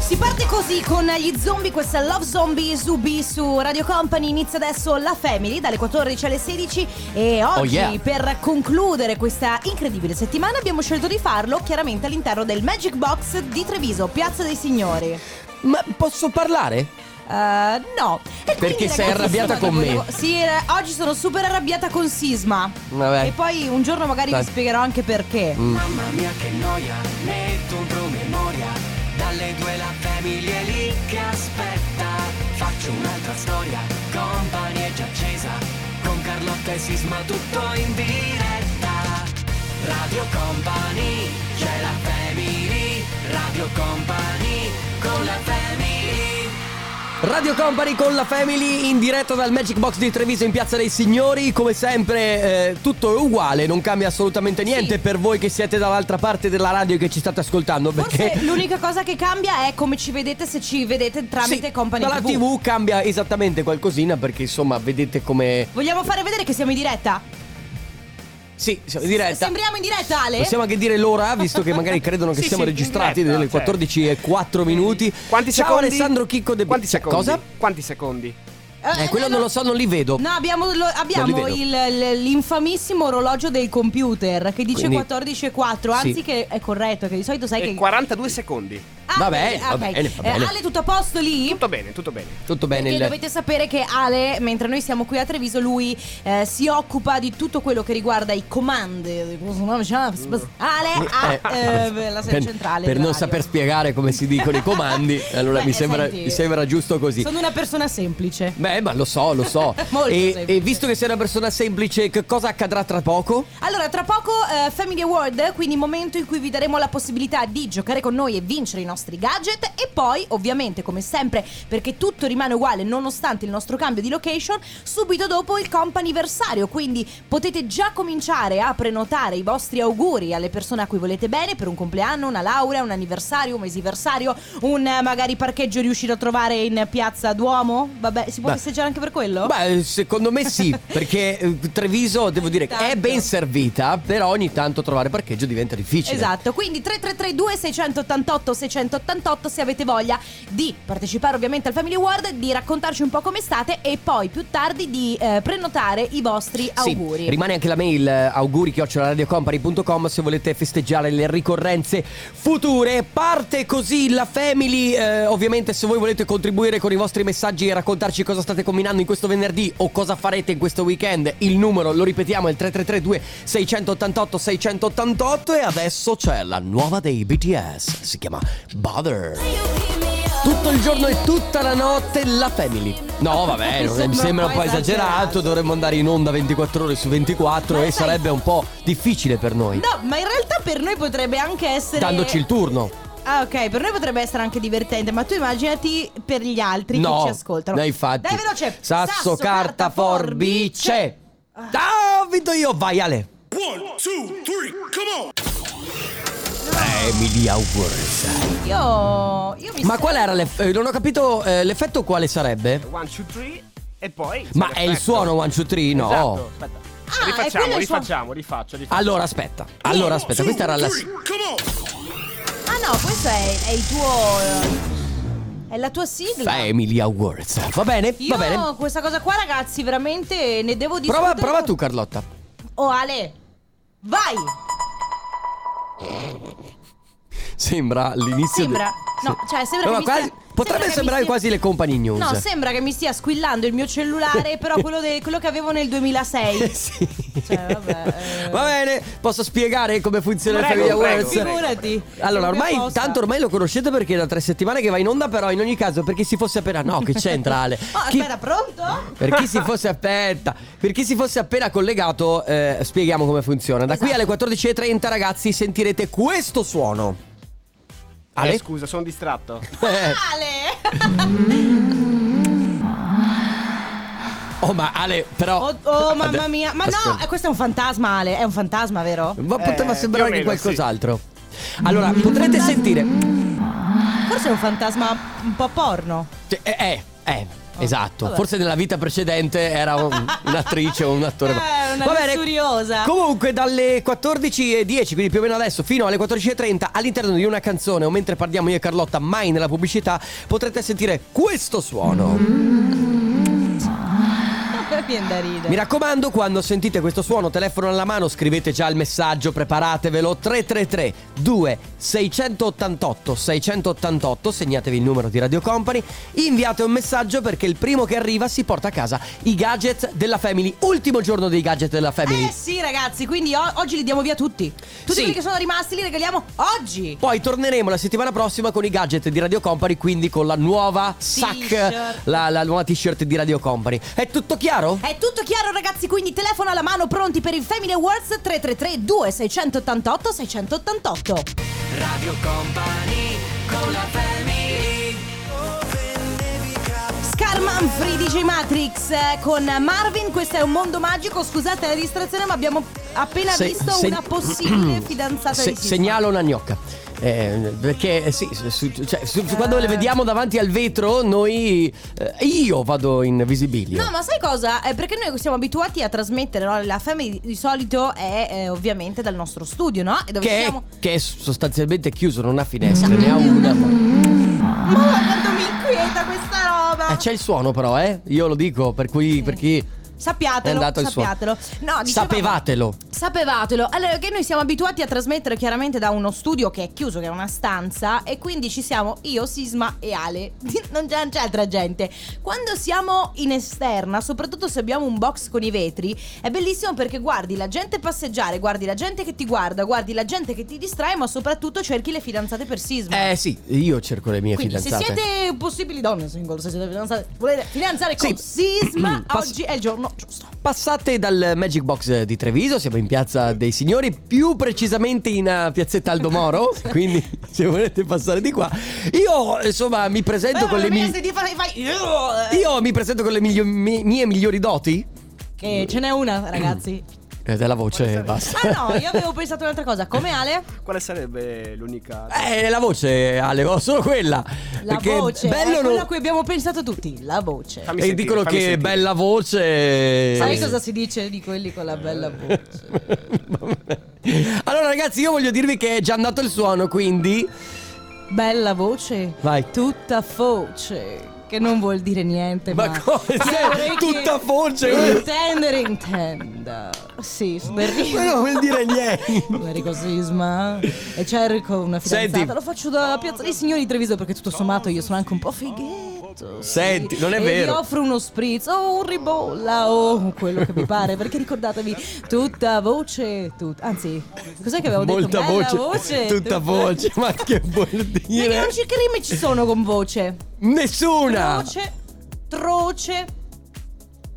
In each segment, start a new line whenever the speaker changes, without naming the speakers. Si parte così con gli zombie, questa è Love Zombie Zubi su Radio Company. Inizia adesso la Family dalle 14 alle 16 e oggi
Oh, yeah.
per concludere questa incredibile settimana abbiamo scelto di farlo chiaramente all'interno del Magic Box di Treviso, Piazza dei Signori.
Ma posso parlare?
Eh, no. E quindi,
Perché sei
ragazzi,
arrabbiata
insomma,
con me.
volevo- Sì, eh, oggi sono super arrabbiata con Sisma.
Vabbè.
E poi un giorno magari
Eh. Dai. Mm.
vi spiegherò anche perché.
Mamma mia che noia, metto un promemoria Dalle due la famiglia è lì che aspetta Faccio un'altra storia, company è già accesa Con Carlotta e Sisma tutto in diretta Radio Company, c'è la family Radio Company, con la family
Radio Company con la Family in diretta dal Magic Box di Treviso in Piazza dei Signori. Come sempre, eh, tutto è uguale, non cambia assolutamente niente
Sì.
per voi che siete dall'altra parte della radio e che ci state ascoltando. Perché
Forse l'unica cosa che cambia è come ci vedete se ci vedete tramite
Sì,
Company
dalla
TV.
TV cambia esattamente qualcosina perché insomma vedete come.
Vogliamo fare vedere che siamo in diretta?
Sì, siamo in diretta.
Sembriamo in diretta, Ale?
Possiamo anche dire l'ora, visto che magari credono che
Sì,
siamo
sì,
registrati
in diretta,
delle 14 e 4 minuti.
Quanti
Ciao
secondi?
Alessandro Chicco De Cioè,
Quanti secondi?
Cosa?
Quanti secondi?
Eh, quello non lo so, non li vedo.
No, abbiamo, lo- abbiamo
Non li
il- l- l'infamissimo orologio del computer che dice
Quindi-
14,4, anzi
Sì.
che è corretto, che di solito sai
E
che...
42 secondi.
Ah,
Va bene,
ok.
va bene, va
Eh,
bene.
Ale, tutto a posto lì?
Tutto bene, tutto bene.
Tutto bene
Perché
il-
dovete sapere che Ale, mentre noi siamo qui a Treviso, lui eh, si occupa di tutto quello che riguarda i comandi. Ale a eh, la sede
Mm. Eh, per,
centrale.
per
di
non
radio.
saper spiegare come si dicono i comandi, allora
Beh,
mi, sembra,
senti,
mi sembra giusto così.
Sono una persona semplice.
Beh, ma lo so, lo so.
Molto
e,
semplice.
e visto che sei una persona semplice, che cosa accadrà tra poco?
Allora, tra poco eh, Family Award, quindi momento in cui vi daremo la possibilità di giocare con noi e vincere i nostri gadget e poi, ovviamente, come sempre, perché tutto rimane uguale nonostante il nostro cambio di location, subito dopo il comp'anniversario, quindi potete già cominciare a prenotare i vostri auguri alle persone a cui volete bene per un compleanno, una laurea, un anniversario, un mesiversario, un eh, magari parcheggio riuscito a trovare in Piazza Duomo. Vabbè, si può
Beh.
festeggiare anche per quello?
Beh, secondo me sì, perché eh, Treviso, devo dire, è
Tanto.
ben servita, però ogni tanto trovare parcheggio diventa difficile.
Esatto, quindi 3332 688 688 se avete voglia di partecipare ovviamente al Family Award, di raccontarci un po' come state e poi più tardi di eh, prenotare i vostri
Sì,
auguri.
rimane anche la mail eh, auguri.radiocompany.com se volete festeggiare le ricorrenze future. Parte così la family. eh, ovviamente se voi volete contribuire con i vostri messaggi e raccontarci cosa state combinando in questo venerdì o cosa farete in questo weekend, il numero, lo ripetiamo, è il 3332 688 688 e adesso c'è la nuova dei BTS. Si chiama Bother. Tutto il giorno e tutta la notte la family. No, vabbè,
Mi
non- mi sembra un po' esagerato, dovremmo andare in onda 24 ore su 24
Ma
e
sai-
sarebbe un po' difficile per noi,
No, ma in realtà per noi potrebbe anche essere
dandoci il turno.
Ah, ok, per noi potrebbe essere anche divertente, ma tu immaginati per gli altri
no,
che ci ascoltano.
No, infatti.
Dai veloce.
Sasso, carta, forbice. Ah, ho vinto io, vai Ale. Emily Awards.
Io io mi
Ma
sa-
qual era l'effetto? Non ho capito eh, l'effetto quale sarebbe?
1, 2, 3 e poi...
Ma è il suono 1, 2, 3? No.
Esatto, aspetta.
Ah, è quello
rifacciamo,
il suo-
rifacciamo, rifaccio, rifaccio.
Allora aspetta, allora aspetta, questa era la...
Ah no, questo è, è il tuo è la tua sigla.
Family Awards. Va bene,
Io
va bene.
questa cosa qua, ragazzi, veramente ne devo discutere.
Prova, prova tu Carlotta.
Oh, Ale, vai!
Sembra l'inizio
Sembra.
de-
No,
Sì.
cioè, sembra
No,
che
ma
mi
quasi-
stia- sembra
Potrebbe
che mi
sembrare
stia-
quasi le company news
No, sembra che mi stia squillando il mio cellulare, però quello, de- quello che avevo nel 2006.
Sì.
Cioè, vabbè, eh.
Va bene, posso spiegare come funziona il
Prego,
Family
prego.
Awards?
Figurati.
Allora, ormai,
Apposta.
tanto ormai lo conoscete perché è da tre settimane che va in onda, però in ogni caso, per chi si fosse appena... No, che c'entra Ale?
Oh,
Chi-
aspetta, pronto?
Per chi si fosse aspetta, per chi si fosse appena collegato, eh, spieghiamo come funziona. Da
Esatto.
qui alle 14.30, ragazzi, sentirete questo suono.
Eh,
Ah, Ale?
scusa, sono distratto.
Eh,
Ale!
oh, ma Ale, però.
Oh, oh, mamma mia. Ma no,
Aspetta.
eh, questo è un fantasma, Ale. È un fantasma, vero?
Ma poteva
Eh,
sembrare
più o
anche
meno,
qualcos'altro. Allora, potrete sentire.
Forse è un fantasma un po' porno.
Cioè, eh, eh, eh, esatto.
Oh,
vabbè.
Forse nella vita precedente era un- un'attrice o un attore. ma-
Eh, Era una lussuriosa.
Comunque, dalle 14.10, quindi più o meno adesso, fino alle 14.30, all'interno di una canzone o mentre parliamo io e Carlotta, mai nella pubblicità, potrete sentire questo suono.
Viene da ridere.
Mi raccomando, quando sentite questo suono, telefono alla mano, scrivete già il messaggio, preparatevelo 333 2 688 688, segnatevi il numero di Radio Company, inviate un messaggio perché il primo che arriva si porta a casa i gadget della Family, ultimo giorno dei gadget della Family.
Eh sì ragazzi, quindi o- oggi li diamo via tutti. Tutti
Sì.
quelli che sono rimasti li regaliamo oggi.
Poi torneremo la settimana prossima con i gadget di Radio Company, quindi con la nuova sac,
T-shirt.
la, la nuova t-shirt di Radio Company. È tutto chiaro?
È tutto chiaro ragazzi, quindi telefono alla mano pronti per il Family Awards 333 2688 688.
Radio Company con la family
Scar Manfrey DJ Matrix eh, con Marvin, questo è un mondo magico, scusate la distrazione ma abbiamo appena
Se-
visto
se-
una possibile fidanzata
Se-
di Sisma.
segnalo una gnocca. Eh, perché eh, sì, su- su- cioè, su- su- quando le vediamo davanti al vetro, noi. eh, io vado in visibilio.
No, ma sai cosa? È perché noi siamo abituati a trasmettere, no? La family di solito è eh, ovviamente dal nostro studio, no? E dove
che, è,
siamo.
che è sostanzialmente chiuso, non ha finestre, ne ha una.
Ma quanto mi inquieta questa roba!
Eh, c'è il suono, però, eh? Io lo dico per cui. Per chi
Ah,
è
Sappiatelo,
andato il suono.
sappiatelo. No, dicevamo-
Sapevatelo.
Sapevatelo. Allora, che noi siamo abituati a trasmettere chiaramente da uno studio che è chiuso, che è una stanza, e quindi ci siamo io, Sisma e Ale. Non c'è, non c'è altra gente. Quando siamo in esterna, soprattutto se abbiamo un box con i vetri, è bellissimo perché guardi la gente passeggiare, guardi la gente che ti guarda, guardi la gente che ti distrae, ma soprattutto cerchi le fidanzate per Sisma.
Eh sì, io cerco le mie
Quindi
fidanzate.
se siete possibili donne single, se siete fidanzate, volete fidanzare con
Sì.
Sisma,
Pass-
oggi è il giorno giusto.
Passate dal Magic Box di Treviso, siamo in piazza dei signori, più precisamente in eh, piazzetta Aldo Moro, quindi se volete passare di qua. Io insomma mi presento
Però
con le
non Eh, mi
mie...
senti fare- fai- Io-
Io mi presento con le miglio- mi- mie migliori doti
Che ce n'è una, ragazzi.
Eh, della voce, basta.
Ah no, io avevo pensato un'altra cosa. Come Ale?
Quale sarebbe l'unica...
Eh, la voce, Ale, ho solo quella.
La
Perché
voce.
bello
è
non-
quella a cui abbiamo pensato tutti. La voce.
Fammi
E
sentire,
dicono
fammi
che
sentire.
bella voce.
Sai cosa si dice di quelli con la bella voce?
Allora, ragazzi, io voglio dirvi che è già andato il suono, quindi.
Bella voce.
Vai.
Tutta foce. Che non vuol dire niente. Ma,
Ma cosa? Tutta voce.
Intendere intenda. Sì, sberrino.
Ma non vuol dire niente.
Enrico Sisma e cerco una fidanzata.
Senti.
Lo faccio da Piazza dei Signori di Treviso perché tutto sommato io sono anche un po' fighetto. sì.
Senti, non è
e
vero.
Vi offro uno spritz o un ribolla o quello che vi pare perché ricordatevi tutta voce, tut- anzi, cos'è che avevo
Molta
detto? Bella
voce,
voce.
tutta voce, ma che vuol
Perché
dire?
non ci che rime ci sono con voce?
Nessuna!
Voce, troce.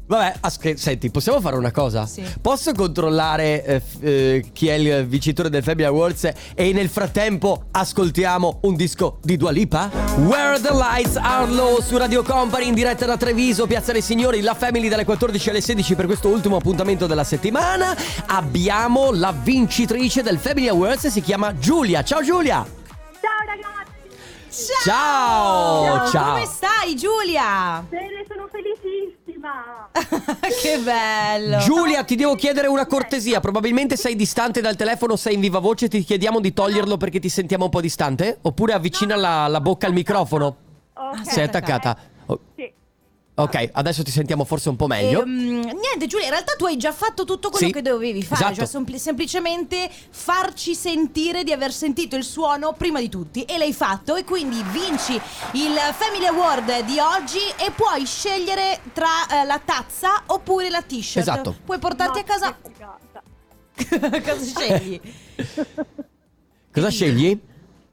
Vabbè, asc- senti, possiamo fare una cosa?
Sì.
Posso controllare eh, f- eh, chi è il vincitore del Family Awards e nel frattempo ascoltiamo un disco di Dua Lipa? Where the Lights Are Low su Radio Company in diretta da Treviso, Piazza dei Signori, la Family dalle 14 alle 16 per questo ultimo appuntamento della settimana. Abbiamo la vincitrice del Family Awards, si chiama Giulia. Ciao Giulia!
Ciao ragazzi,
Ciao, ciao.
Come stai, Giulia?
bene, sono felicissima.
che bello.
Giulia, ti devo chiedere una cortesia. Probabilmente sei distante dal telefono, sei in viva voce. Ti chiediamo di toglierlo perché ti sentiamo un po' distante? Oppure avvicina la, la bocca al microfono?
Ok.
Ah, Sei attaccata. O-
Sì.
Ok, adesso ti sentiamo forse un po' meglio.
Ehm, niente Giulia, in realtà tu hai già fatto tutto quello
Sì,
che dovevi fare,
esatto.
cioè sempli- semplicemente farci sentire di aver sentito il suono prima di tutti e l'hai fatto e quindi vinci il Family Award di oggi e puoi scegliere tra eh, la tazza oppure la t-shirt.
Esatto.
Puoi portarti a
Ma
casa...
che figata.
Cosa scegli?
Cosa scegli?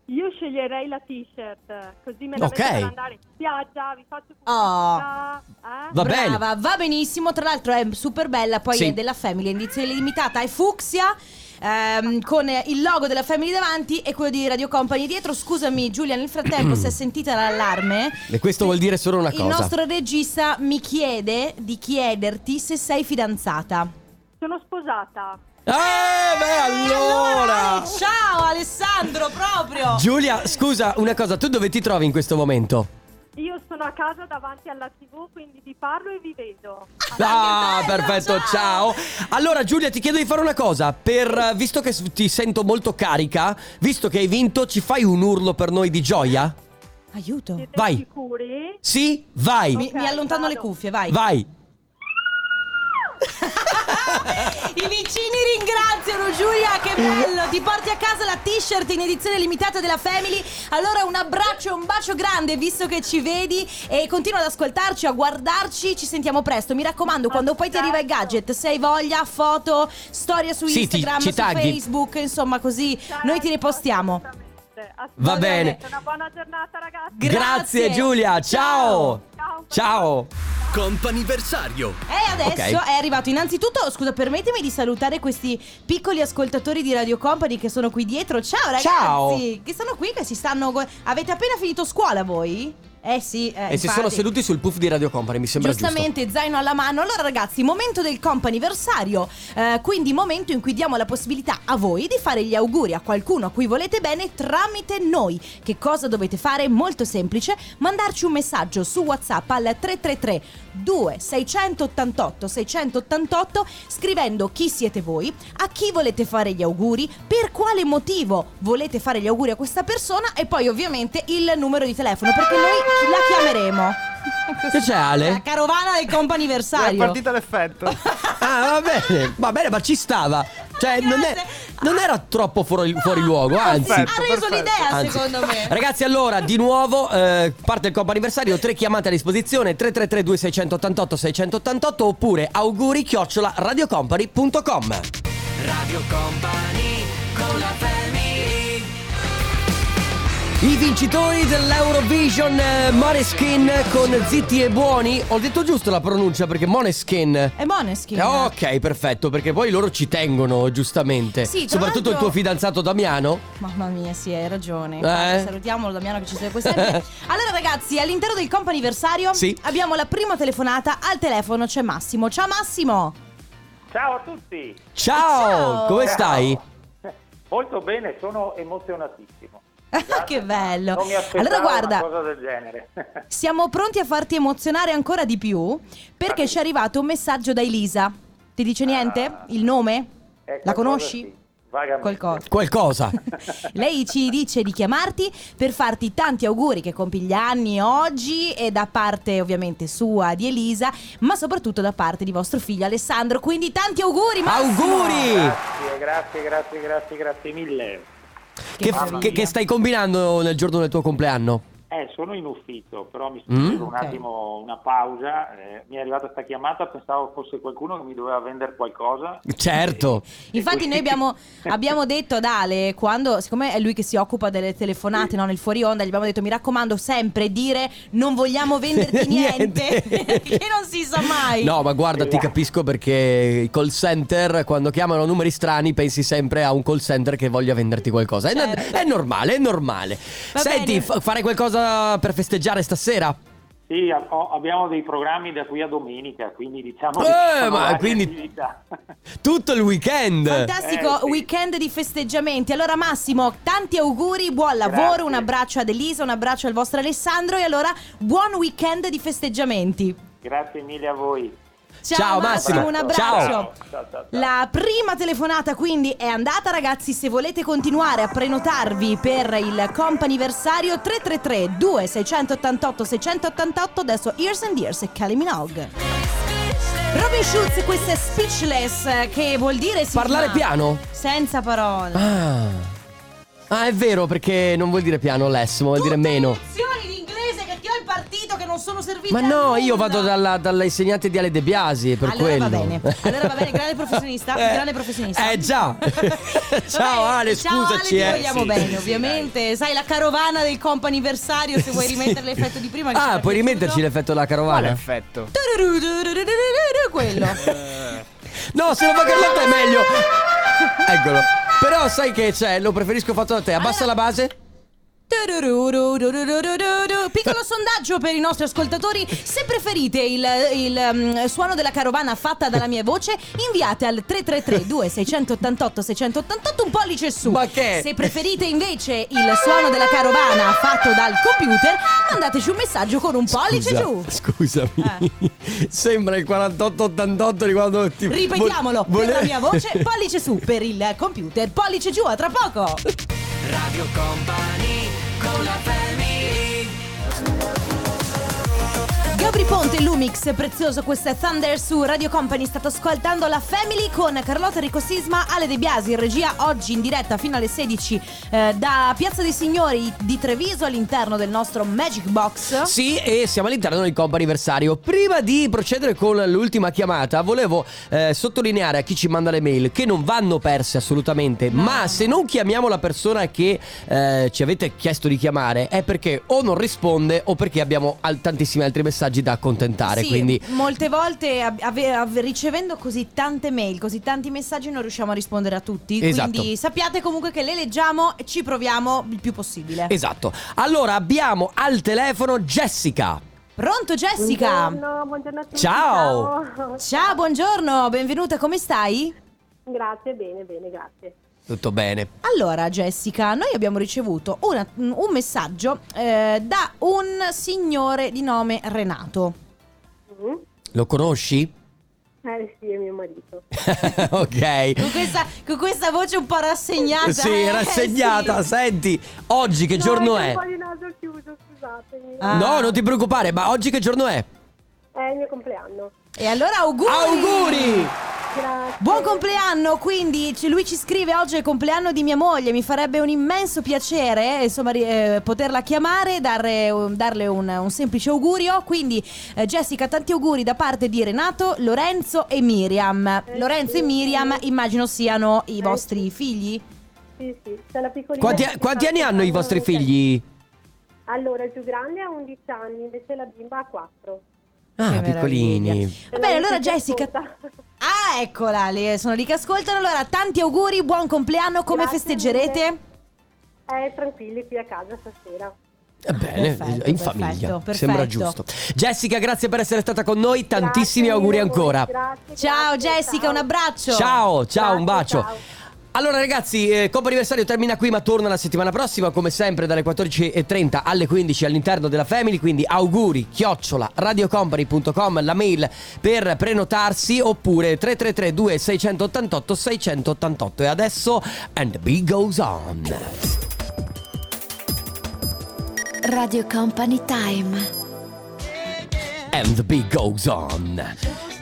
Io sceglierei la t-shirt, così me la
Ok. Ah.
metto per andare in spiaggia, vi faccio pubblicità. eh?
Va bene.
Brava, va benissimo. Tra l'altro è super bella, poi
Sì.
è della Family, è edizione limitata, è fucsia. ehm, con il logo della Family davanti e quello di Radio Company dietro. Scusami, Giulia, nel frattempo, se è sentita l'allarme.
E questo vuol dire solo una
il
cosa.
nostro regista mi chiede di chiederti se sei fidanzata.
Sono sposata.
Eh, beh, allora!
Ciao Alessandro, proprio!
Giulia, scusa una cosa, tu dove ti trovi in questo momento?
Io sono a casa davanti alla tv, quindi vi parlo e vi vedo.
Ah,
che bello,
perfetto, ciao.
ciao.
Allora Giulia ti chiedo di fare una cosa, per, eh, visto che s- ti sento molto carica, visto che hai vinto, ci fai un urlo per noi di gioia?
Aiuto.
Siete
Vai.
sicuri?
Sì? Vai,
Mi,
Ok,
mi allontano
vado.
le cuffie, vai.
vai.
I vicini ringraziano Giulia, che bello! Ti porti a casa la t-shirt in edizione limitata della Family. Allora un abbraccio e un bacio grande visto che ci vedi e continua ad ascoltarci, a guardarci. Ci sentiamo presto. Mi raccomando, quando poi ti arriva il gadget, se hai voglia, foto, storie su
Sì, ti-
Instagram,
ci
su
tagli.
Facebook, insomma così
Certo,
noi ti ripostiamo.
assolutamente, assolutamente.
Va bene.
Una buona giornata ragazzi.
Grazie.
Grazie Giulia, ciao.
Ciao.
Ciao.
Companiversario.
E adesso
Ok.
è arrivato innanzitutto, scusa, permettimi di salutare questi piccoli ascoltatori di Radio Company che sono qui dietro. Ciao ragazzi,
Ciao.
che sono qui che si stanno gu- Avete appena finito scuola voi? Eh sì, eh,
E si
infatti.
sono seduti sul puff di Radio Company, mi sembra giusto.
Giustamente, zaino alla mano. Allora, ragazzi, momento del comp anniversario. quindi, momento in cui diamo la possibilità a voi di fare gli auguri a qualcuno a cui volete bene tramite noi. Che cosa dovete fare? Molto semplice: mandarci un messaggio su WhatsApp al 333 2688 688 scrivendo chi siete voi, a chi volete fare gli auguri, per quale motivo volete fare gli auguri a questa persona e poi ovviamente il numero di telefono perché noi la chiameremo.
Che c'è
La
Ale?
carovana del comp
È
anniversario.
partita l'effetto.
Ah, va bene, va bene, ma ci stava. Cioè, non, è- non era troppo fuori, fuori
Ah,
luogo, anzi.
Ha reso
perfetto.
l'idea,
Anzi.
secondo me.
Ragazzi, allora, di nuovo, eh, parte il compo anniversario, tre chiamate a disposizione, 333-2688-688 oppure auguri chiocciola radiocompany.com.
Radio Company con la family.
I vincitori dell'Eurovision eh, Moneskin con Zitti e Buoni. Ho detto giusto la pronuncia perché Moneskin...
È Moneschi.
Eh, Ok, perfetto, perché poi loro ci tengono, giustamente.
Sì, tra
Soprattutto il
l'altro-
tuo fidanzato Damiano.
Mamma mia, sì, hai ragione.
Eh?
Guarda, Salutiamolo Damiano che ci segue sempre. allora, ragazzi, all'interno del comp anniversario
Sì.
abbiamo la prima telefonata. Al telefono c'è Massimo. Ciao Massimo!
Ciao a tutti!
Ciao,
Ciao.
come
Ciao.
stai?
Molto bene, sono emozionatissimo.
Ah, che bello.
Non mi aspettavo
Allora, guarda,
una cosa del genere. Ecco,
siamo pronti a farti emozionare ancora di più perché
Ah, sì.
ci è arrivato un messaggio da Elisa. Ti dice niente?
Ah.
Il nome?
È
La
qualcosa
conosci?
sì, vagamente.
Qualcosa.
Qualcosa.
Lei ci dice di chiamarti per farti tanti auguri che compi gli anni oggi e da parte ovviamente sua di Elisa, ma soprattutto da parte di vostro figlio Alessandro. Quindi tanti auguri, Massimo!
auguri!
Grazie, grazie, grazie, grazie, grazie mille.
Che,
Che
Mamma
che-
mia.
che stai combinando nel giorno del tuo compleanno?
Eh, sono in ufficio, però mi sto
Mm?
prendendo un
Ok.
attimo una pausa. eh, mi è arrivata questa chiamata, pensavo fosse qualcuno che mi doveva vendere qualcosa.
Certo.
Infatti noi abbiamo, abbiamo detto ad Ale, quando, siccome è lui che si occupa delle telefonate no, nel fuori onda, gli abbiamo detto mi raccomando sempre dire non vogliamo venderti niente, che non si sa mai.
No, ma guarda, ti capisco perché i call center, quando chiamano numeri strani, pensi sempre a un call center che voglia venderti qualcosa. È, no-
Certo.
è normale, è normale.
Va
Senti,
bene.
fa- fare qualcosa per festeggiare stasera?
Sì, a- ho- abbiamo dei programmi da qui a domenica, quindi diciamo
Eh,
che ci sono
ma
varie
quindi-
attività.
Tutto il weekend.
Fantastico
Eh, sì.
weekend di festeggiamenti. Allora Massimo, tanti auguri, buon lavoro,
Grazie.
un abbraccio ad Elisa, un abbraccio al vostro Alessandro e allora buon weekend di festeggiamenti.
Grazie mille a voi.
Ciao,
Ciao, Massimo,
un
ciao.
abbraccio.
Ciao, ciao, ciao.
La prima telefonata quindi è andata ragazzi, se volete continuare a prenotarvi per il comp anniversario 333 2688 688 adesso Ears and Ears e Kelly Minogue. Robin Schulz, questo è Speechless, eh, che vuol dire si
Parlare
chiama-
piano?
Senza parole.
Ah. Ah, è vero, perché non vuol dire piano less, ma vuol dire
Tutte
meno.
le lezioni di inglese che ti ho impartito che non sono servite
Ma
a
no, io
nulla.
vado dalla, dall'insegnante di Ale De Biasi, è per
Allora
quello.
va bene, allora va bene, grande professionista,
Eh,
grande professionista.
Eh già.
Vabbè,
ciao Ale,
ciao Ale,
scusaci.
ti
eh.
vogliamo
Sì.
bene, ovviamente. Sai la carovana del comp anniversario, se vuoi
Sì.
rimettere l'effetto di prima. che ci
Ah,
era
puoi
piaciuto.
rimetterci l'effetto della
Quale
carovana?
effetto?
Tururururururururu, Quello.
No, se lo fa Carlotta è meglio. Eccolo. Però cioè, sai che c'è, lo preferisco fatto da te. Abbassa la base.
Turururururururu, Piccolo sondaggio per i nostri ascoltatori: se preferite il, il, mm, suono della carovana fatta dalla mia voce, inviate al 333-2688-688 un pollice su.
Ma che?
Se preferite invece il suono della carovana fatto dal computer, mandateci un messaggio con un pollice
Scusa,
giù. Eh.
Scusami. Sembra il 4888 di quando ti
Ripetiamolo,
vo-
per la
vole-
mia voce, pollice su per il computer, pollice giù, a tra poco.
Radio Company con la family
Gabri Ponte, Lumix, prezioso, questa è Thunder su Radio Company, state ascoltando la Family con Carlotta Rico Sisma, Ale De Biasi in regia, oggi in diretta fino alle 16 eh, da Piazza dei Signori di Treviso all'interno del nostro Magic Box.
Sì, e siamo all'interno del comp anniversario. Prima di procedere con l'ultima chiamata, volevo eh, sottolineare a chi ci manda le mail che non vanno perse assolutamente. Ma se non chiamiamo la persona che eh, ci avete chiesto di chiamare, è perché o non risponde o perché abbiamo al- tantissimi altri messaggi da accontentare.
Sì,
Quindi
molte volte ab- ave- av- ricevendo così tante mail, così tanti messaggi non riusciamo a rispondere a tutti,
Esatto.
quindi sappiate comunque che le leggiamo e ci proviamo il più possibile.
Esatto. Allora abbiamo al telefono Jessica.
Pronto Jessica?
Buongiorno, buongiorno a tutti.
Ciao.
ciao.
Ciao, buongiorno, benvenuta, come stai?
Grazie, bene, bene, grazie.
Tutto bene.
Allora, Jessica, noi abbiamo ricevuto una- un messaggio eh, da un signore di nome Renato.
Mm.
Lo conosci?
Eh sì, è mio marito.
ok.
Con questa, con questa voce un po' rassegnata.
Sì,
eh,
rassegnata.
sì.
Senti, oggi che
No,
giorno è?
c'è Un po' di naso chiuso, scusatemi.
Ah.
No, non ti preoccupare, ma oggi che giorno è?
È il mio compleanno.
E allora auguri!
Auguri!
Grazie.
Buon compleanno, quindi c- lui ci scrive oggi è il compleanno di mia moglie, mi farebbe un immenso piacere eh, insomma, ri- eh, poterla chiamare, dare- um, darle un, un semplice augurio, quindi eh, Jessica tanti auguri da parte di Renato, Lorenzo e Miriam.
Eh,
Lorenzo
sì,
e Miriam
sì.
immagino siano i
Eh,
vostri
sì.
figli?
Sì, sì, c'è la piccolina.
Quanti,
che
quanti
fa-
anni hanno i vostri
Ok.
figli?
Allora, il più grande ha 11 anni, invece la bimba ha 4.
Ah,
meraviglia.
piccolini.
Va bene, allora Jessica... Ah, eccola, le- sono lì che ascoltano, allora tanti auguri, buon compleanno, come
Grazie
festeggerete?
mille. Eh, tranquilli qui a casa stasera.
Eh, Bene,
Perfetto,
in
perfetto,
famiglia.
perfetto.
Sembra giusto. Jessica, grazie per essere stata con noi. Tantissimi
Grazie
auguri
mille a voi,
ancora.
grazie,
Ciao
grazie,
Jessica,
ciao.
un abbraccio!
Ciao, ciao, un
Grazie,
bacio.
ciao.
Allora ragazzi, eh, Coppa Anniversario termina qui ma torna la settimana prossima come sempre dalle 14.30 alle 15 all'interno della Family, quindi auguri, chiocciola, radiocompany.com, la mail per prenotarsi oppure 333 2688 688 e adesso And the Beat Goes On.
Radio Company Time.
And the beat goes on.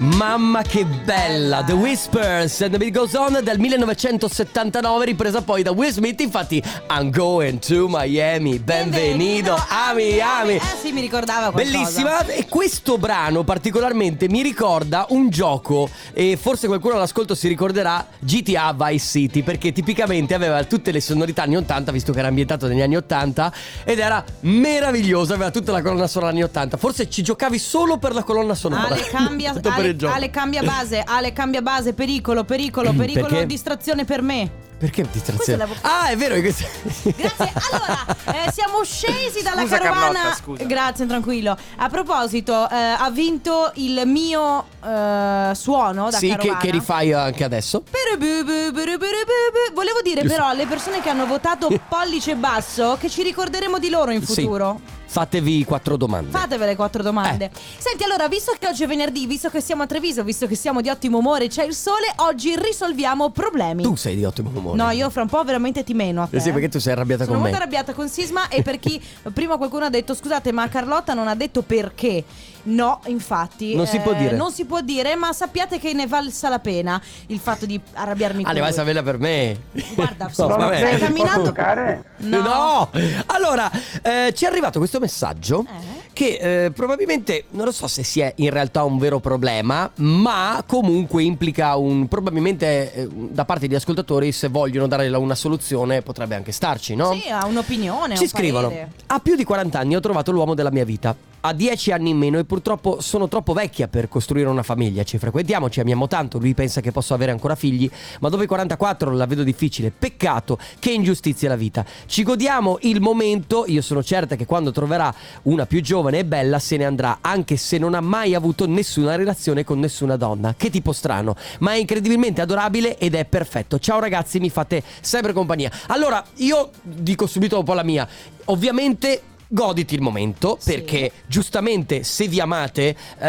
Mamma che bella! The Whispers and the beat goes on del 1979, ripresa poi da Will Smith. Infatti, I'm going to Miami. Benvenido a Miami.
Eh sì, mi ricordava qualcosa.
Bellissima e questo brano particolarmente mi ricorda un gioco e forse qualcuno all'ascolto si ricorderà GTA Vice City perché tipicamente aveva tutte le sonorità anni 80 visto che era ambientato negli anni 80 ed era meravigliosa, aveva tutta la colonna sonora anni 80. Forse ci giocavi solo per la colonna sonora.
Ale Ah, cambia,
Tutto per
Ale-
il gioco.
Ale cambia base, Ale cambia base, pericolo, pericolo, pericolo,
Perché?
distrazione per me.
Perché
Questa è
distrazione?
la vo-
Ah, è vero che questa-
Grazie. Allora, eh, siamo scesi dalla
Scusa,
carovana.
Carlotta, scusa.
Grazie, tranquillo. A proposito, eh, ha vinto il mio eh, suono da
Sì, che,
carovana.
che rifai anche adesso.
Peru bu bu peru peru bu bu. Volevo dire
Giusto.
però alle persone che hanno votato pollice basso che ci ricorderemo di loro in
Sì.
futuro.
Fatevi quattro domande.
Fatevele quattro domande. Senti, allora, visto che oggi è venerdì, visto che siamo a Treviso, visto che siamo di ottimo umore, c'è il sole, oggi risolviamo problemi.
Tu sei di ottimo umore.
No, io fra un po' veramente ti meno. A te.
Eh sì, perché tu sei arrabbiata
Sono
con me.
molto arrabbiata con Sisma e per chi prima qualcuno ha detto scusate, ma Carlotta non ha detto perché. No, infatti.
Non si può dire.
Non si può dire, ma sappiate che ne valsa la pena il fatto di arrabbiarmi
Ah,
con
ne vai a
lui.
saperla per me.
Guarda,
No,
sono-
vabbè.
stai camminando.
toccare?
No.
No. Allora, eh, ci è arrivato questo messaggio
Eh?
che eh, probabilmente, non lo so se sia in realtà un vero problema, ma comunque implica un, probabilmente eh, da parte di ascoltatori, se vogliono dare la- una soluzione, potrebbe anche starci, no?
Sì, ha un'opinione.
Ci
un
scrivono,
parere.
a più di 40 anni ho trovato l'uomo della mia vita. ha 10 anni in meno e purtroppo sono troppo vecchia per costruire una famiglia. Ci frequentiamo, ci amiamo tanto, lui pensa che posso avere ancora figli, ma dopo i 44 la vedo difficile. Peccato, che ingiustizia la vita. Ci godiamo il momento, io sono certa che quando troverà una più giovane e bella se ne andrà, anche se non ha mai avuto nessuna relazione con nessuna donna. Che tipo strano, ma è incredibilmente adorabile ed è perfetto. Ciao ragazzi, mi fate sempre compagnia. Allora, io dico subito un po' la mia. Ovviamente goditi il momento
Sì.
perché giustamente se vi amate eh,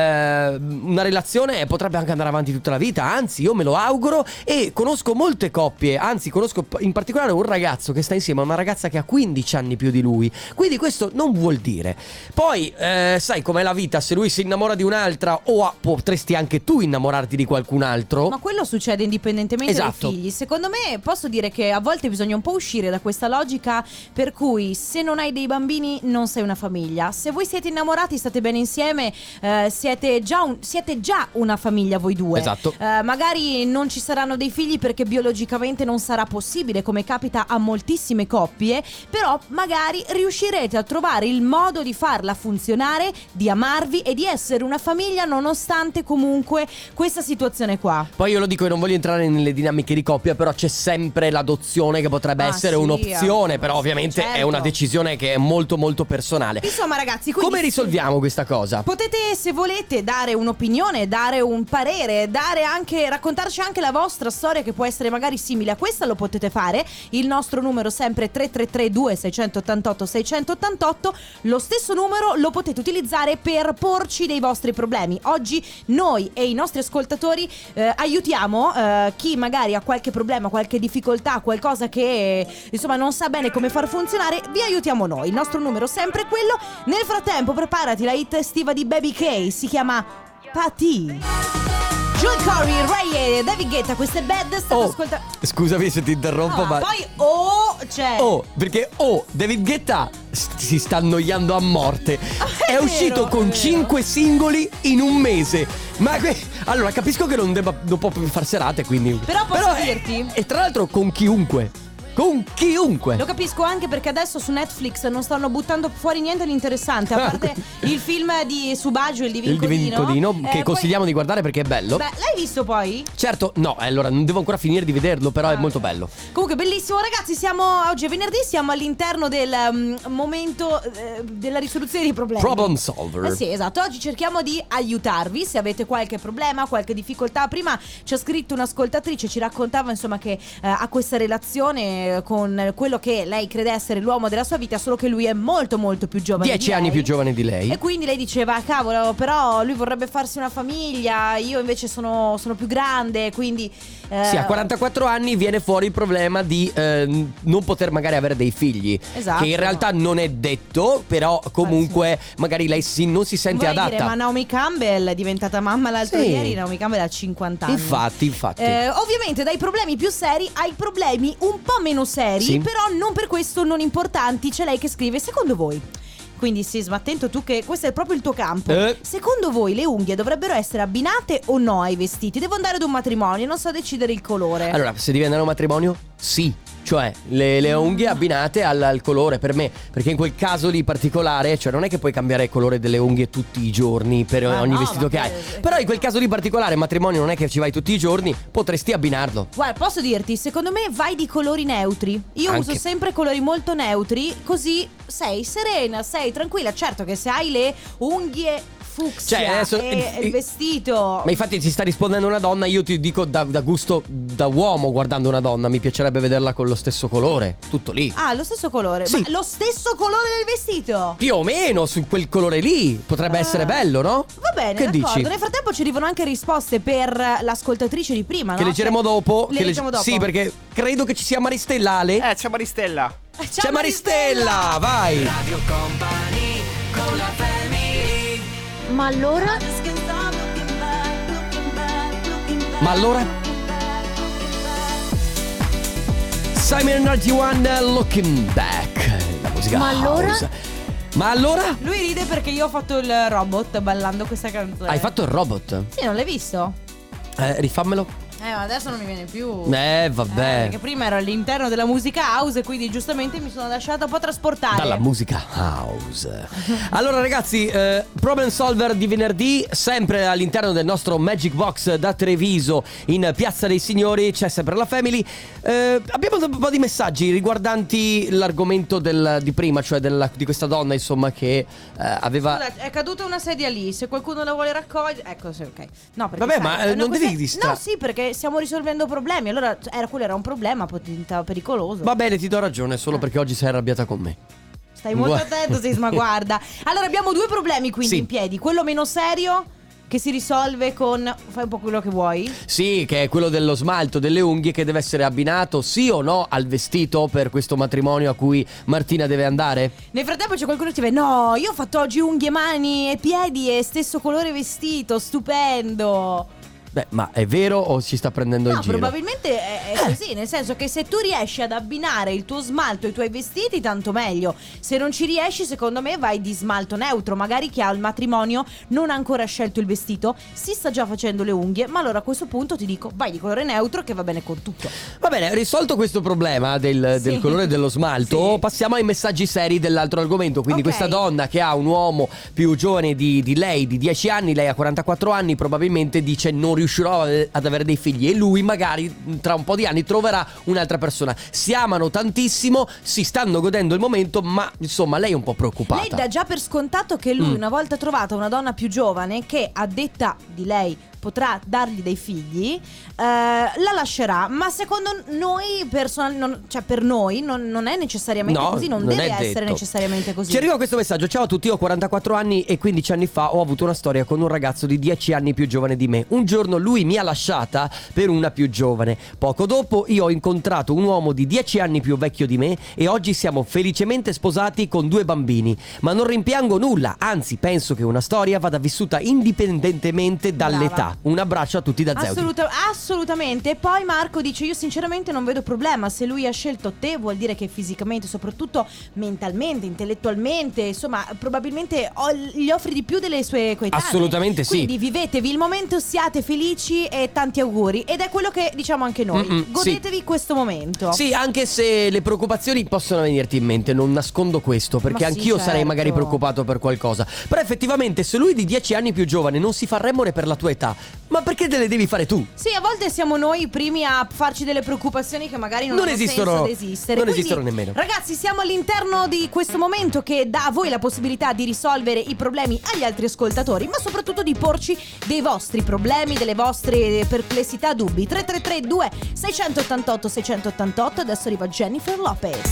una relazione potrebbe anche andare avanti tutta la vita anzi io me lo auguro e conosco molte coppie anzi conosco p- in particolare un ragazzo che sta insieme a una ragazza che ha 15 anni più di lui quindi questo non vuol dire poi eh, sai com'è la vita se lui si innamora di un'altra o ha- potresti anche tu innamorarti di qualcun altro
Ma quello succede indipendentemente
Esatto.
dai figli. Secondo me posso dire che a volte bisogna un po' uscire da questa logica per cui se non hai dei bambini non sei una famiglia. Se voi siete innamorati, state bene insieme, eh, siete, già un- siete già una famiglia voi due.
esatto
Eh, magari non ci saranno dei figli perché biologicamente non sarà possibile, come capita a moltissime coppie, però magari riuscirete a trovare il modo di farla funzionare, di amarvi e di essere una famiglia nonostante comunque questa situazione qua.
Poi io lo dico e non voglio entrare nelle dinamiche di coppia, però c'è sempre l'adozione che potrebbe
Ah,
essere
sì,
un'opzione,
ah,
però
sì,
ovviamente è
certo.
una decisione che è molto molto personale.
Insomma ragazzi, quindi
Come risolviamo questa cosa?
Potete, se volete, dare un'opinione, dare un parere, dare anche, raccontarci anche la vostra storia che può essere magari simile a questa, lo potete fare. Il nostro numero sempre 3332 688 688, lo stesso numero lo potete utilizzare per porci dei vostri problemi. Oggi noi e i nostri ascoltatori eh, aiutiamo eh, chi magari ha qualche problema, qualche difficoltà, qualcosa che eh, insomma non sa bene come far funzionare, vi aiutiamo noi. Il nostro numero è sempre quello. Nel frattempo preparati la hit estiva di Baby K, si chiama Pati. Joel Corey, Ray e David Guetta, queste bad state
Oh,
ascoltando.
Scusami se ti interrompo, ma
Ah, poi oh, cioè
Oh, perché oh, David Guetta s- si sta annoiando a morte. È,
vero,
uscito
Ah, è
con
vero.
5 singoli in un mese. Ma que- allora capisco che non debba non può più far serate, quindi
Però posso
è-
dirti?
E tra l'altro con chiunque. Con chiunque.
Lo capisco anche perché adesso su Netflix non stanno buttando fuori niente di interessante, a parte il film di Subagio, il
Ah, Il
Divincolino.
divincolino
Eh,
che
poi-
consigliamo di guardare perché è bello.
Beh, l'hai visto poi?
Certo, no, eh, allora non devo ancora finire di vederlo,
Ah,
però è molto bello.
Comunque, bellissimo, ragazzi. Siamo oggi è venerdì, siamo all'interno del mm, momento eh, della risoluzione dei problemi.
Problem solver.
Eh sì, esatto. Oggi cerchiamo di aiutarvi se avete qualche problema, qualche difficoltà. Prima ci ha scritto un'ascoltatrice, ci raccontava insomma che eh, ha questa relazione eh, con quello che lei crede essere l'uomo della sua vita, solo che lui è molto molto più giovane. di
Dieci anni
lei.
più giovane di lei.
E quindi lei diceva, cavolo, però lui vorrebbe farsi una famiglia, io invece sono, sono più grande, quindi... eh,
Sì, a 44 anni viene fuori il problema di eh, n- non poter magari avere dei figli.
Esatto.
Che in realtà non è detto, però comunque magari lei si- non si sente
Vorrei
adatta.
dire, ma Naomi Campbell è diventata mamma l'altro
Sì.
ieri, Naomi Campbell ha 50 anni.
Infatti, infatti.
Eh, ovviamente dai problemi più seri ai problemi un po' meno seri,
Sì.
però non per questo non importanti. C'è lei che scrive, secondo voi? Quindi Sisma, attento tu che questo è proprio il tuo campo.
Eh.
Secondo voi le unghie dovrebbero essere abbinate o no ai vestiti? Devo andare ad un matrimonio, non so decidere il colore.
Allora, se devi andare a un matrimonio, sì. Cioè, le, le
Mm.
unghie abbinate al, al colore per me, perché in quel caso lì particolare, cioè non è che puoi cambiare il colore delle unghie tutti i giorni per
Ma
ogni
no,
vestito
ma
che hai.
che-
Però in quel caso lì particolare, matrimonio non è che ci vai tutti i giorni, potresti abbinarlo.
Guarda, posso dirti, secondo me vai di colori neutri. Io
Anche.
uso sempre colori molto neutri, così sei serena, sei tranquilla. Certo che se hai le unghie fucsia
Cioè, adesso-
e
eh,
il vestito...
Ma infatti ci sta rispondendo una donna, io ti dico da, da gusto da uomo guardando una donna, mi piacerebbe vederla con lo stesso colore, tutto lì.
Ah, lo stesso colore.
Sì.
Ma lo stesso colore del vestito.
Più o meno su quel colore lì, potrebbe
Ah.
essere bello, no?
Va bene,
Che
d'accordo.
dici?
Nel frattempo ci arrivano anche risposte per l'ascoltatrice di prima. no?
Che
Cioè,
leggeremo dopo.
Le
che
leggiamo dopo.
Sì, perché credo che ci sia Maristella Ale.
Eh, c'è Maristella.
Ciao,
C'è Maristella, vai!
Radio Company con la family
Ma allora?
Ma allora? Simon 91 Looking Back. La musica
Ma allora?
house. Ma allora?
Lui ride perché io ho fatto il robot ballando questa canzone.
Hai fatto il robot?
Sì, non l'hai visto?
Eh, rifammelo.
Eh, ma adesso non mi viene più.
Eh, vabbè.
Eh, perché prima ero all'interno della musica house e quindi giustamente mi sono lasciata un po' trasportare.
Dalla musica house. Allora ragazzi, eh, Problem Solver di venerdì, sempre all'interno del nostro Magic Box da Treviso in Piazza dei Signori, c'è sempre la Family. Eh, abbiamo un po' di messaggi riguardanti l'argomento del- di prima, cioè della- di questa donna insomma che eh, aveva...
Scusa, è caduta una sedia lì, se qualcuno la vuole raccogliere... Ecco, sì, ok. No, perché
Vabbè,
sai, è
ma, eh,
una
non
questione-
devi distra-
No, sì, perché stiamo risolvendo problemi. Allora, cioè, era, quello era un problema, poi diventava pericoloso.
Va bene, ti do ragione, solo perché oggi sei arrabbiata con me.
Stai molto
Gua-
attento, Sisma, guarda. Allora, abbiamo due problemi quindi
Sì.
in piedi. Quello meno serio, che si risolve con... Fai un po' quello che vuoi.
Sì, che è quello dello smalto delle unghie che deve essere abbinato sì o no al vestito per questo matrimonio a cui Martina deve andare?
Nel frattempo c'è qualcuno che ti dice No, io ho fatto oggi unghie, mani e piedi e stesso colore vestito, stupendo
Beh, ma è vero o ci sta prendendo
No,
in giro?
probabilmente è, è così Nel senso che se tu riesci ad abbinare il tuo smalto ai tuoi vestiti Tanto meglio Se non ci riesci, secondo me vai di smalto neutro Magari chi ha il matrimonio non ha ancora scelto il vestito Si sta già facendo le unghie Ma allora a questo punto ti dico Vai di colore neutro che va bene con tutto
Va bene, risolto questo problema del,
Sì.
del colore dello smalto,
Sì.
passiamo ai messaggi seri dell'altro argomento. Quindi
Ok.
questa donna che ha un uomo più giovane di, di lei, di 10 anni, lei ha 44 anni, probabilmente dice non riuscirò a- ad avere dei figli e lui magari mm, tra un po' di anni troverà un'altra persona. Si amano tantissimo, si stanno godendo il momento, ma insomma lei è un po' preoccupata.
Lei dà già per scontato che lui,
Mm.
una volta trovata una donna più giovane che a detta di lei potrà dargli dei figli, eh, la lascerà. Ma secondo noi, personal- non- cioè per noi, non, non è necessariamente
No,
così, non,
non
deve
è
essere
detto.
necessariamente così.
Ci arriva questo messaggio, ciao a tutti, ho 44 anni e 15 anni fa ho avuto una storia con un ragazzo di 10 anni più giovane di me. Un giorno lui mi ha lasciata per una più giovane. Poco dopo io ho incontrato un uomo di 10 anni più vecchio di me e oggi siamo felicemente sposati con due bambini. Ma non rimpiango nulla, anzi penso che una storia vada vissuta indipendentemente dall'età.
Brava.
Un abbraccio a tutti da Zeus.
Assoluta- assolutamente. E poi Marco dice: Io sinceramente non vedo problema. Se lui ha scelto te, vuol dire che fisicamente, soprattutto mentalmente, intellettualmente, insomma, probabilmente o- gli offri di più delle sue coetanee.
Assolutamente sì.
Quindi vivetevi il momento, siate felici e tanti auguri. Ed è quello che diciamo anche noi.
Mm-mm, sì.
Godetevi questo momento.
Sì, anche se le preoccupazioni possono venirti in mente, non nascondo questo, perché
Ma sì,
anch'io sarei
certo.
magari preoccupato per qualcosa. Però effettivamente, se lui di 10 anni più giovane non si fa remore per la tua età, ma perché te le devi fare tu?
Sì, a volte siamo noi i primi a farci delle preoccupazioni che magari non,
Non
hanno
esistono-
senso ad esistere.
non
Quindi,
esistono nemmeno.
Ragazzi, siamo all'interno di questo momento che dà a voi la possibilità di risolvere i problemi agli altri ascoltatori, ma soprattutto di porci dei vostri problemi, delle vostre perplessità, dubbi. 3332 688 688 adesso arriva Jennifer Lopez.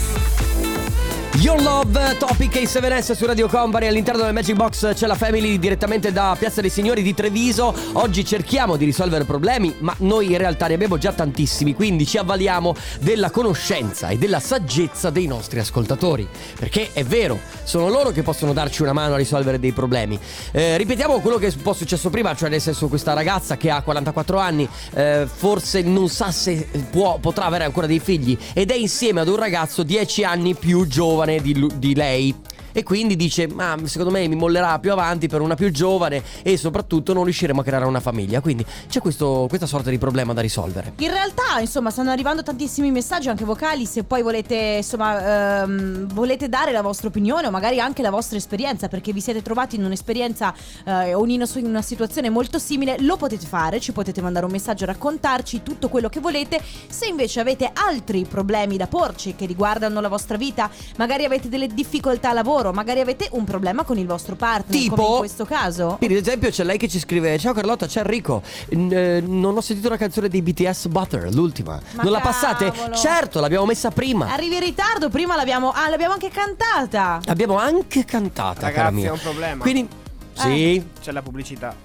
Your Love, Topic e 7S su Radio Company. All'interno del Magic Box c'è la Family direttamente da Piazza dei Signori di Treviso. Oggi cerchiamo di risolvere problemi, ma noi in realtà ne abbiamo già tantissimi, quindi ci avvaliamo della conoscenza e della saggezza dei nostri ascoltatori. Perché è vero, sono loro che possono darci una mano a risolvere dei problemi. Eh, ripetiamo quello che è un po' successo prima, cioè nel senso questa ragazza che ha 44 anni, eh, forse non sa se può- potrà avere ancora dei figli ed è insieme ad un ragazzo 10 anni più giovane di, lu- di lei. E quindi dice, ma secondo me mi mollerà più avanti per una più giovane e soprattutto non riusciremo a creare una famiglia. Quindi c'è questo- questa sorta di problema da risolvere.
In realtà, insomma, stanno arrivando tantissimi messaggi, anche vocali, se poi volete, insomma, ehm, volete dare la vostra opinione o magari anche la vostra esperienza, perché vi siete trovati in un'esperienza eh, o in una, in una situazione molto simile, lo potete fare, ci potete mandare un messaggio, raccontarci tutto quello che volete. Se invece avete altri problemi da porci che riguardano la vostra vita, magari avete delle difficoltà a lavoro, magari avete un problema con il vostro partner,
Tipo?
come in questo caso.
Per esempio c'è lei che ci scrive Ciao Carlotta, c'è Enrico N- eh, Non ho sentito la canzone dei BTS Butter, l'ultima
Ma
Non la passate?
cavolo. Eh.
Certo, l'abbiamo messa prima
Arrivi in ritardo, prima l'abbiamo, ah, l'abbiamo anche cantata.
Abbiamo anche cantata, cara
Ragazzi,
mia
è un problema.
Quindi, sì
C'è la pubblicità.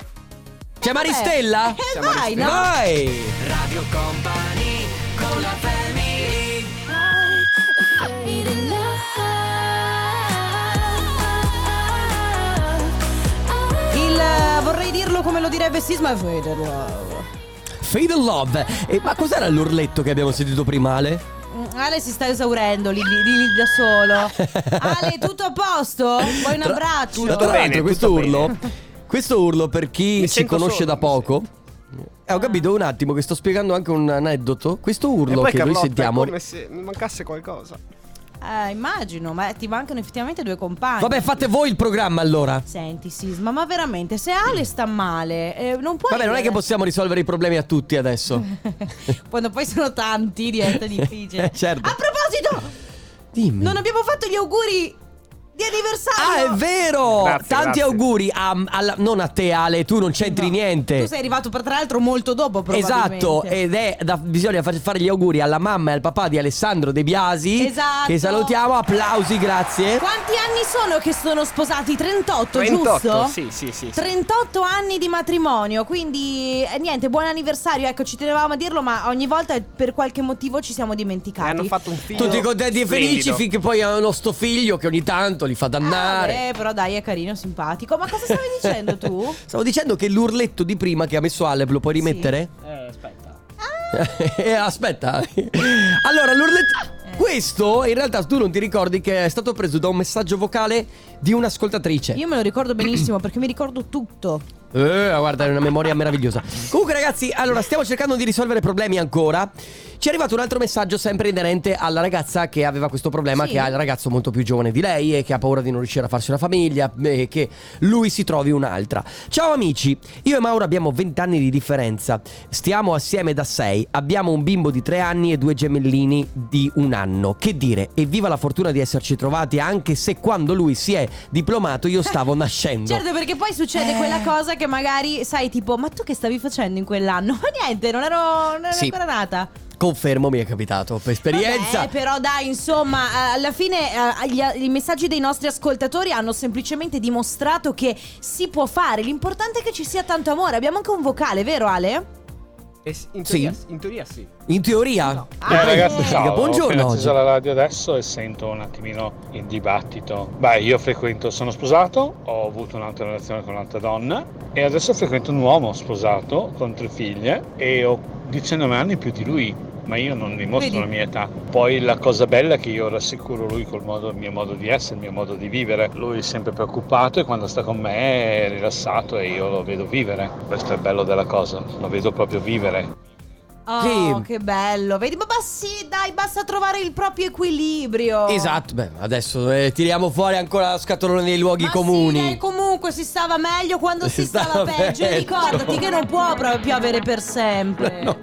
C'è
Eh. Vabbè.
Maristella?
Eh,
Siamo
vai, no?
Vai
Radio Company con la family
Il eh, vorrei dirlo come lo direbbe Sisma e vederlo.
Fade in Love E Ma cos'era l'urletto che abbiamo sentito prima Ale?
Mm, Ale si sta esaurendo lì, lì, lì, lì da solo. Ale, tutto a posto? Vuoi un
Tra-
abbraccio?
Ma Tra
Tutto bene,
l'altro questo
tutto bene.
urlo Questo urlo per chi
Mi
ci
sento
conosce
solo,
da
mi
poco Eh, ho capito un attimo che sto spiegando anche un aneddoto. Questo urlo che noi sentiamo.
è come se mi mancasse qualcosa.
Eh, immagino, ma ti mancano effettivamente due compagni.
Vabbè, fate voi il programma allora.
Senti, Sisma, ma veramente, se Ale sta male, eh, non puoi.
Vabbè, non è che possiamo risolvere i problemi a tutti adesso.
Quando poi sono tanti diventa difficile.
Eh, certo.
A proposito,
Dimmi.
non abbiamo fatto gli auguri di anniversario.
Ah, è vero!
Grazie,
Tanti
grazie.
auguri a- alla- non a te, Ale, tu non c'entri
No.
niente.
Tu sei arrivato, per- tra l'altro, molto dopo, probabilmente.
Esatto, ed è da- bisogna far- fare gli auguri alla mamma e al papà di Alessandro De Biasi.
Esatto.
Che salutiamo, applausi, grazie.
Quanti anni sono che sono sposati? 38,
38,
giusto?
sì, sì, sì, sì.
38 anni di matrimonio, quindi eh, niente, buon anniversario, ecco, ci tenevamo a dirlo, ma ogni volta per qualche motivo ci siamo dimenticati.
Eh, hanno fatto un figlio.
Tutti contenti e felici
splendido.
finché poi hanno sto figlio che ogni tanto li fa dannare.
Eh, però dai, è carino, simpatico. Ma cosa stavi dicendo tu?
Stavo dicendo che l'urletto di prima che ha messo Ale, lo puoi rimettere?
Eh, aspetta.
Eh, aspetta. Allora, l'urletto.
Eh.
Questo in realtà tu non ti ricordi che è stato preso da un messaggio vocale di un'ascoltatrice.
Io me lo ricordo benissimo perché mi ricordo tutto.
Boh.
Eh, guarda, è una memoria meravigliosa. Comunque, ragazzi, allora stiamo cercando di risolvere problemi ancora. Ci è arrivato un altro messaggio sempre inerente alla ragazza che aveva questo problema,
Sì.
che ha il ragazzo molto più giovane di lei e che ha paura di non riuscire a farsi una famiglia e che lui si trovi un'altra. Ciao amici, io e Mauro abbiamo 20 anni di differenza. Stiamo assieme da 6. Abbiamo un bimbo di 3 anni e due gemellini di un anno. Che dire, evviva la fortuna di esserci trovati, anche se quando lui si è diplomato io stavo nascendo.
Certo, perché poi succede quella
Eh.
cosa che magari, sai, tipo, ma tu che stavi facendo in quell'anno? Ma niente, non ero, non ero
Sì.
ancora nata.
Confermo, mi è capitato per esperienza.
Vabbè, però dai, insomma, eh, alla fine eh, gli- i messaggi dei nostri ascoltatori hanno semplicemente dimostrato che si può fare. L'importante è che ci sia tanto amore. Abbiamo anche un vocale, vero Ale?
Eh, sì, in,
Sì.
teoria, in teoria sì.
In teoria,
Ah,
Eh, ragazzi,
eh.
ciao. Ho
Buongiorno
appena acceso
oggi.
la radio adesso e sento un attimino il dibattito. Beh, io frequento, sono sposato, ho avuto un'altra relazione con un'altra donna e adesso frequento un uomo sposato con tre figlie e ho 19 anni più di lui, ma io non dimostro
Vedi?
la mia età. Poi la cosa bella è che io rassicuro lui col modo, il mio modo di essere, il mio modo di vivere. Lui è sempre preoccupato e quando sta con me è rilassato e io lo vedo vivere. Questo è il bello della cosa, lo vedo proprio vivere.
Oh,
Sì.
che bello. Vedi, ma sì, dai, basta trovare il proprio equilibrio.
esatto. Beh, adesso eh, tiriamo fuori ancora la scatolone dei luoghi
Ma
comuni.
Sì, dai, comunque si stava meglio quando si,
Si
stava,
stava
peggio. E
peggio.
Ricordati che non può proprio piovere per sempre.
No.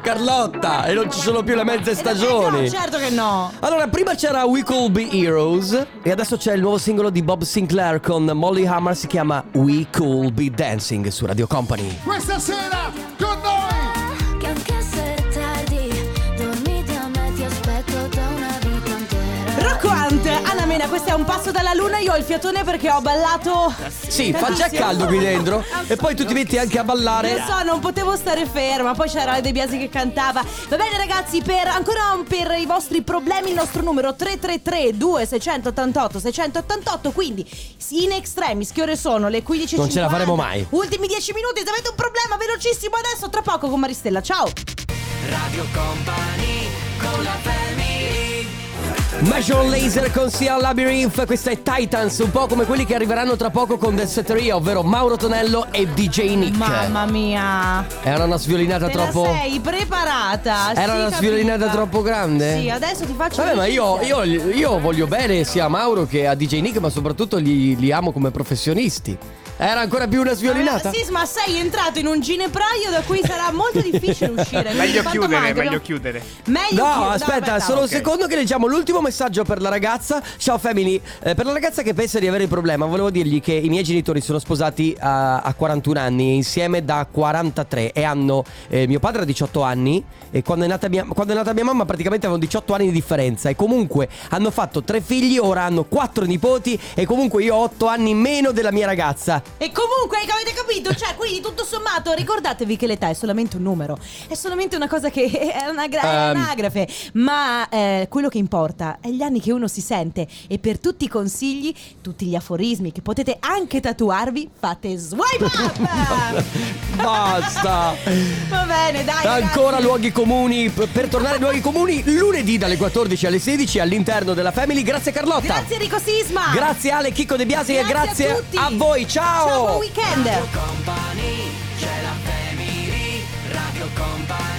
Carlotta, e non ci sono più le mezze
Eh,
stagioni.
no, certo che no.
Allora, prima c'era We Could Be Heroes e adesso c'è il nuovo singolo di Bob Sinclair con Molly Hammer, si chiama We Could Be Dancing su Radio Company.
Questa sera con noi
Che anche se è tardi, dormite a me, ti aspetto da una vita intera.
Rocco Hunt, Anna Mena, questo è un passo dalla luna. Io ho il fiatone perché ho ballato.
Sì, fa già caldo qui dentro e poi tu ti metti anche a ballare.
Lo so, non potevo stare ferma. Poi c'era De Biasi che cantava. Va bene, ragazzi, per ancora un- per i vostri problemi, il nostro numero 333-2688-688. Quindi, in extremis, che ore sono? Le 15.50.
Non ce la faremo mai.
Ultimi 10 minuti. Se avete un problema, velocissimo adesso. Tra poco con Maristella. Ciao.
Major Laser con Sia Labyrinth, questa è Titans, un po' come quelli che arriveranno tra poco con Densetteria, ovvero Mauro Tonello e DJ Nick.
Mamma mia.
Era una sviolinata
Te
troppo.
la sei preparata? Si
Era una
capiva.
sviolinata troppo grande?
Sì, adesso ti faccio
Vabbè, ma io,
notizia.
io, io voglio bene sia a Mauro che a DJ Nick, ma soprattutto li, li amo come professionisti. Era ancora più una sviolinata?
Eh, Sisma, sei entrato in un ginepraio da cui sarà molto difficile uscire. quindi
Meglio
quanto
chiudere,
manca,
meglio
no?
chiudere.
Meglio chiudere.
No, aspetta, solo un
ok.
secondo che leggiamo l'ultimo messaggio per la ragazza. Ciao family, Eh, per la ragazza che pensa di avere il problema, volevo dirgli che i miei genitori sono sposati a, a 41 anni, insieme da 43 e hanno eh, mio padre ha 18 anni e quando è, nata mia, quando è nata mia mamma praticamente avevano 18 anni di differenza e comunque hanno fatto tre figli, ora hanno quattro nipoti e comunque io ho 8 anni meno della mia ragazza.
E comunque, avete capito? Cioè, quindi tutto sommato, ricordatevi che l'età è solamente un numero. È solamente una cosa che è, anagra- è
Ehm.
anagrafe. Ma eh, quello che importa è gli anni che uno si sente. E per tutti i consigli, tutti gli aforismi che potete anche tatuarvi, fate swipe up!
Basta.
Va bene, dai.
Ancora
ragazzi.
luoghi comuni. P- Per tornare ai luoghi comuni, lunedì dalle 14 alle 16 all'interno della Family. Grazie Carlotta.
Grazie Enrico Sisma.
Grazie Ale, Chicco De Biasi e
Grazie a
grazie
tutti.
a voi.
Ciao, buon weekend.
Company, c'è la family Company